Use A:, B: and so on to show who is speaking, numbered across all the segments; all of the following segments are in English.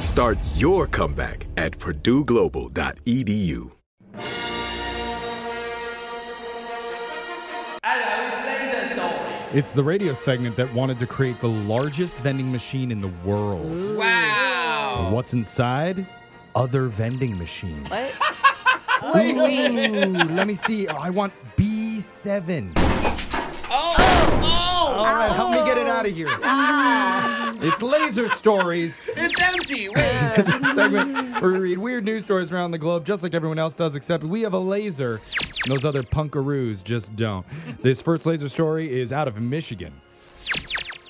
A: Start your comeback at purdueglobal.edu.
B: It's the radio segment that wanted to create the largest vending machine in the world. Wow. What's inside? Other vending machines. Ooh, let me see. Oh, I want B7. Oh, All right, help me get it out of here. It's Laser Stories.
C: It's empty. Wait.
B: It's a segment where we read weird news stories around the globe, just like everyone else does, except we have a laser, and those other punkaroos just don't. This first laser story is out of Michigan.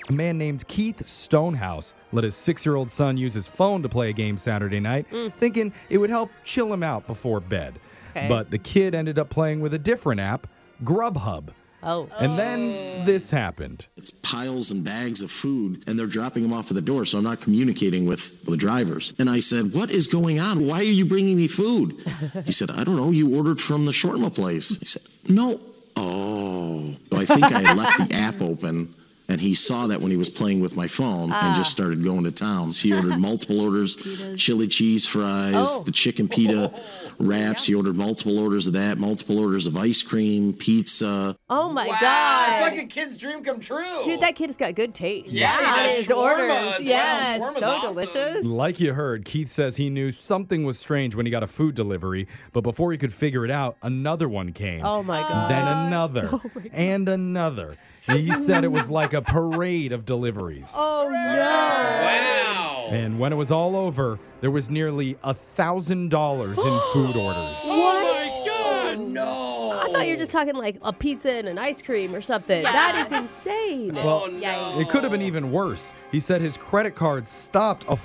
B: A man named Keith Stonehouse let his six year old son use his phone to play a game Saturday night, thinking it would help chill him out before bed.
D: Mm. Okay.
B: But the kid ended up playing with a different app, Grubhub.
D: Oh.
B: And then this happened.
E: It's piles and bags of food, and they're dropping them off at the door, so I'm not communicating with the drivers. And I said, What is going on? Why are you bringing me food? he said, I don't know. You ordered from the shawarma place. I said, No. Oh. So I think I had left the app open. And he saw that when he was playing with my phone and just started going to town. So he ordered multiple orders chili cheese fries,
D: Oh.
E: the chicken pita wraps. He ordered multiple orders of that, multiple orders of ice cream, pizza.
D: Oh my
C: wow.
D: God.
C: It's like a kid's dream come true.
D: Dude, that kid's got good taste.
C: Yeah, he
D: on
C: does
D: his
C: shawarma
D: orders.
C: as well.
D: Yes,
C: Shawarma's
D: so
C: awesome.
D: delicious.
B: Like you heard, Keith says he knew something was strange when he got a food delivery, but before he could figure it out, another one came.
D: Oh my god.
B: Then another, and another. He said it was like a parade of deliveries.
D: Oh no.
C: Wow.
B: And when it was all over, there was nearly a thousand dollars in food orders.
D: What?
C: Oh, no.
D: I thought you were just talking like a pizza and an ice cream or something. That is insane.
B: Well, it could have been even worse. He said his credit card stopped a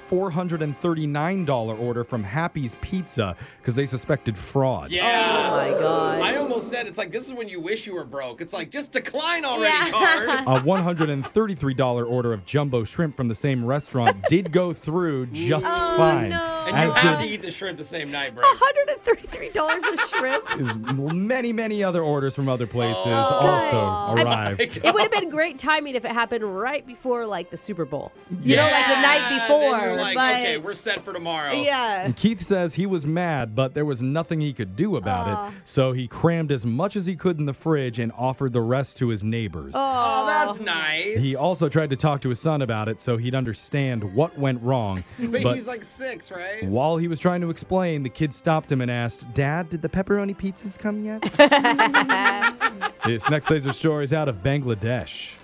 B: $439 order from Happy's Pizza because they suspected fraud.
D: Oh
C: Yeah.
D: my god.
C: I almost said it's like this is when you wish you were broke. It's like just decline already,
F: Yeah.
C: card.
B: A $133 order of jumbo shrimp from the same restaurant did go through just fine.
C: And you
B: As
C: have to
B: did
C: eat the shrimp the same night, bro.
D: $133 a shrimp.
B: as many, many other orders from other places
D: Oh,
C: Oh
B: also arrived.
D: It would have been great timing if it happened right before like the Super Bowl. You know, like the night
C: Yeah,
D: before.
C: Then you're like,
D: but
C: okay, we're set for tomorrow.
D: yeah.
B: And Keith says he was mad, but there was nothing he could do about it. So he crammed as much as he could in the fridge and offered the rest to his neighbors.
C: Oh, that's nice.
B: He also tried to talk to his son about it so he'd understand what went wrong.
C: but,
B: but
C: he's like six, right?
B: while he was trying to explain, the kid stopped him and asked, Dad, did the pepperoni pizzas come yet? this next laser story is out of Bangladesh.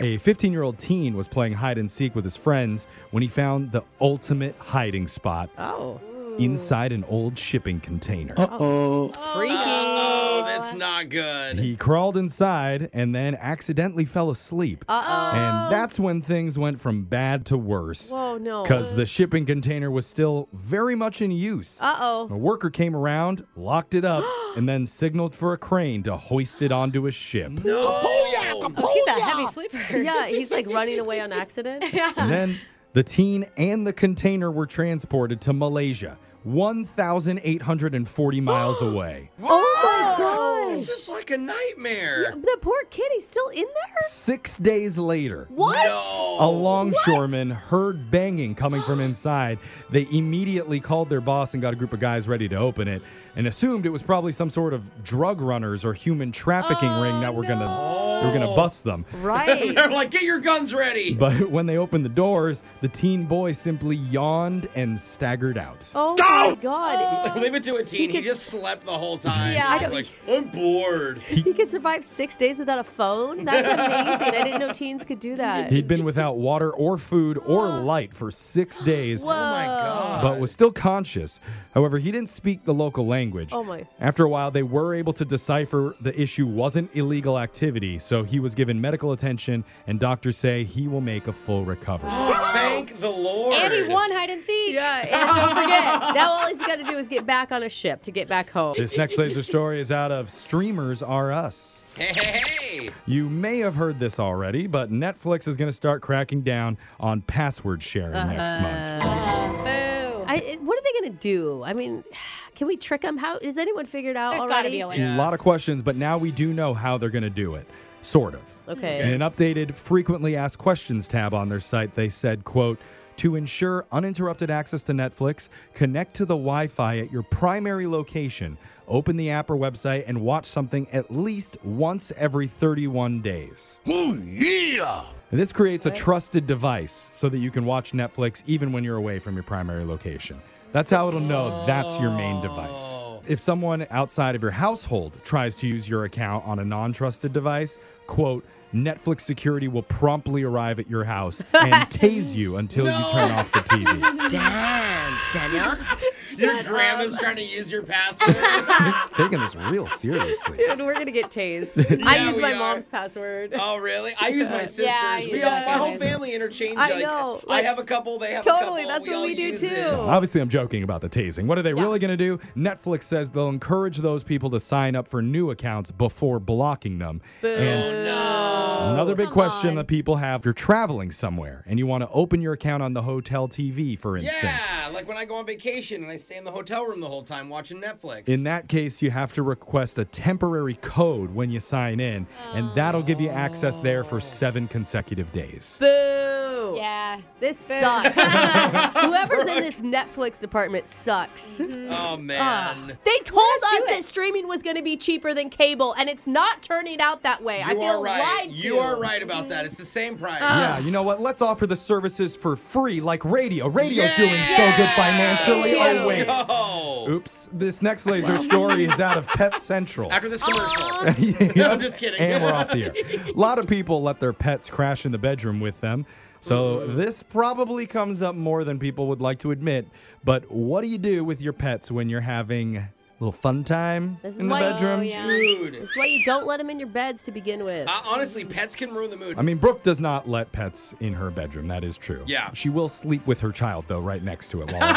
B: A 15 year old teen was playing hide and seek with his friends when he found the ultimate hiding spot
D: Oh.
B: inside an old shipping container.
D: Freaky.
C: Oh, That's not good.
B: He crawled inside and then accidentally fell asleep. Uh-oh. And that's when things went from bad to worse.
D: Whoa, no.
B: Because the shipping container was still very much in use.
D: Uh oh.
B: A worker came around, locked it up, and then signaled for a crane to hoist it onto a ship.
C: Oh,
D: Oh,
C: no.
F: He's a heavy sleeper.
D: Yeah, he's like running away on accident.
B: And then the teen and the container were transported to Malaysia, 1,840 miles away.
D: Oh my
C: This is like a nightmare.
D: The poor kid, he's still in there?
B: Six days later,
D: What?
C: No.
B: a longshoreman heard banging coming from inside. They immediately called their boss and got a group of guys ready to open it and assumed it was probably some sort of drug runners or human trafficking ring that were gonna they were gonna bust them.
D: Right.
C: They're like, get your guns ready.
B: But when they opened the doors, the teen boy simply yawned and staggered out.
D: Oh my god.
C: Leave it to a teen. He,
D: gets-
C: just slept the whole time.
F: Yeah. I
C: He's
F: don't-
C: like, I'm bored.
D: He could survive six days without a phone? That's amazing. I didn't know teens could do that.
B: He'd been without water or food or light for six days.
D: Whoa.
C: Oh my god.
B: But was still conscious. However, he didn't speak the local language.
D: Oh my.
B: After a while, they were able to decipher the issue wasn't illegal activity, so he was given medical attention, and doctors say he will make a full recovery.
C: Thank the Lord.
F: And he won hide and seek.
D: Yeah, and don't forget, now all he's got to do is get back on a ship to get back home.
B: this next laser story is out of Streamers Are Us.
C: Hey, hey, hey.
B: You may have heard this already, but Netflix is going to start cracking down on password sharing next
D: Uh-huh.
B: month.
F: Boo.
D: I, it- what are they going to do? I mean, can we trick them? How has anyone figured out
F: There's got to
D: already?
F: be a way.
B: A lot of questions, but now we do know how they're going to do it, sort of.
D: Okay.
B: In an updated frequently asked questions tab on their site, they said, quote, to ensure uninterrupted access to Netflix, connect to the Wi Fi at your primary location, open the app or website, and watch something at least once every 31 days. And this creates a trusted device so that you can watch Netflix even when you're away from your primary location. That's how it'll know that's your main device. If someone outside of your household tries to use your account on a non trusted device, quote, Netflix security will promptly arrive at your house and tase you until you turn off the TV.
C: Your
D: um,
C: grandma's trying to use your password.
B: Taking this real seriously.
D: Dude, we're going to get tased. I
C: Yeah,
D: use
C: we
D: my
C: are.
D: mom's password.
C: oh, really? I use my sister's.
F: I
C: we
F: use
C: all,
F: mine.
C: my whole family interchange.
D: I
C: like,
D: know.
C: I have a couple. They have
D: Totally,
C: A couple.
D: that's what
C: all
D: we do
C: use it.
D: too.
B: Obviously, I'm joking about the tasing. What are they really going to do? Netflix says they'll encourage those people to sign up for new accounts before blocking them. And
C: Oh,
B: another big question that people have if you're traveling somewhere and you want to open your account on the hotel TV, for instance.
C: Yeah, like when I go on vacation and I stay in the hotel room the whole time watching Netflix.
B: In that case, you have to request a temporary code when you sign in, and that'll give you access there
C: Oh.
B: for seven consecutive days.
D: Boo.
F: Yeah.
D: This sucks. Whoever's in this Netflix department sucks.
F: Mm-hmm.
C: oh
D: Mm.
C: man,
D: They told us that streaming was going to be cheaper than cable, and it's not turning out that way. I
C: you
D: feel
C: are
D: lied
C: right.
D: to. Mm-hmm. Ah.
C: You are right about that. It's the same price.
B: Yeah, you know what? Let's offer the services for free, like radio. Radio's doing so good
C: Yeah!
B: financially.
D: Thank
B: Oh, wait.
D: you.
C: Oh.
B: Oops, this next laser story is out of Pet Central.
C: After this commercial.
D: Ah.
B: Yep,
C: I'm just kidding.
B: and we're off the air. A lot of people let their pets crash in the bedroom with them. So
C: Mm-hmm.
B: this probably comes up more than people would like to admit. But what do you do with your pets when you're having a little fun time
D: This is
B: in the
D: why-
B: bedroom?
F: Oh, yeah.
C: Dude.
D: That's why you don't let them in your beds to begin with.
C: Uh, honestly, pets can ruin the mood.
B: I mean, Brooke does not let pets in her bedroom. That is true.
C: Yeah.
B: She will sleep with her child, though, right next to it. While it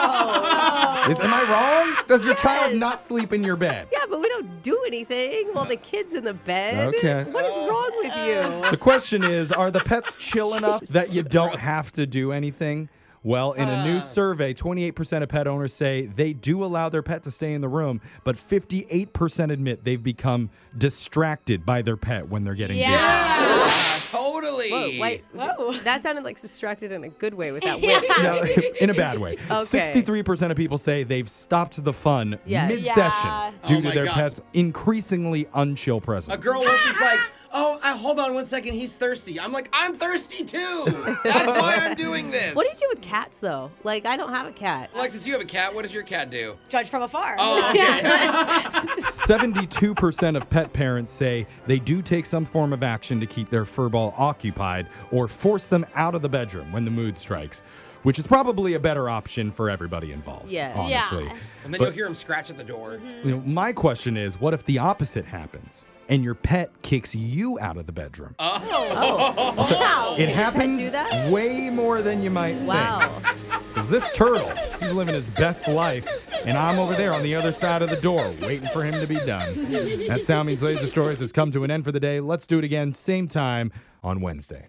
B: happens. Is- Am I wrong? Does your child not sleep in your bed?
D: yeah, but we don't do anything while the kid's in the bed.
B: Okay.
D: What is wrong with you?
F: Uh,
B: The question is Are the pets chill enough that you don't have to do anything? Well, in a new survey, 28% of pet owners say they do allow their pet to stay in the room, but 58% admit they've become distracted by their pet when they're getting
C: Uh, totally.
D: Whoa, wait.
F: Whoa.
D: That sounded like distracted in a good way with that whip.
B: busy. No, in a bad way. 63% of people say they've stopped the fun
D: Yes.
B: mid session
F: Yeah.
B: due
C: Oh
B: to
C: my
B: their
C: God.
B: pet's increasingly unchill presence.
C: A girl once is like, oh, I, hold on one second, he's thirsty. I'm like, I'm thirsty too. That's why I'm doing this.
D: What do you do with cats, though? Like, I don't have a cat.
C: Alexis, you have a cat. What does your cat do?
F: Judge from afar.
C: Oh, okay.
B: 72% of pet parents say they do take some form of action to keep their furball occupied or force them out of the bedroom when the mood strikes. which is probably a better option for everybody involved.
D: Yes.
F: Yeah.
B: honestly.
C: And then
B: But-
C: you'll hear him scratch at the door.
D: Mm-hmm.
B: You know, my question is, what if the opposite happens and your pet kicks you out of the bedroom?
D: Wow.
B: it happens
D: do that?
B: way more than you might think.
D: Wow.
B: Because this turtle, he's living his best life, and I'm over there on the other side of the door waiting for him to be done. That Sound Means Laser Stories has come to an end for the day. Let's do it again, same time on Wednesday.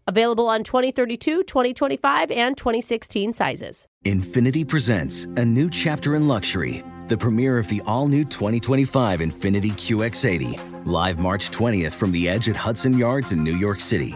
D: Available on 2032, 2025, and 2016 sizes.
G: Infinity presents a new chapter in luxury, the premiere of the all new 2025 Infinity QX80, live March 20th from the edge at Hudson Yards in New York City,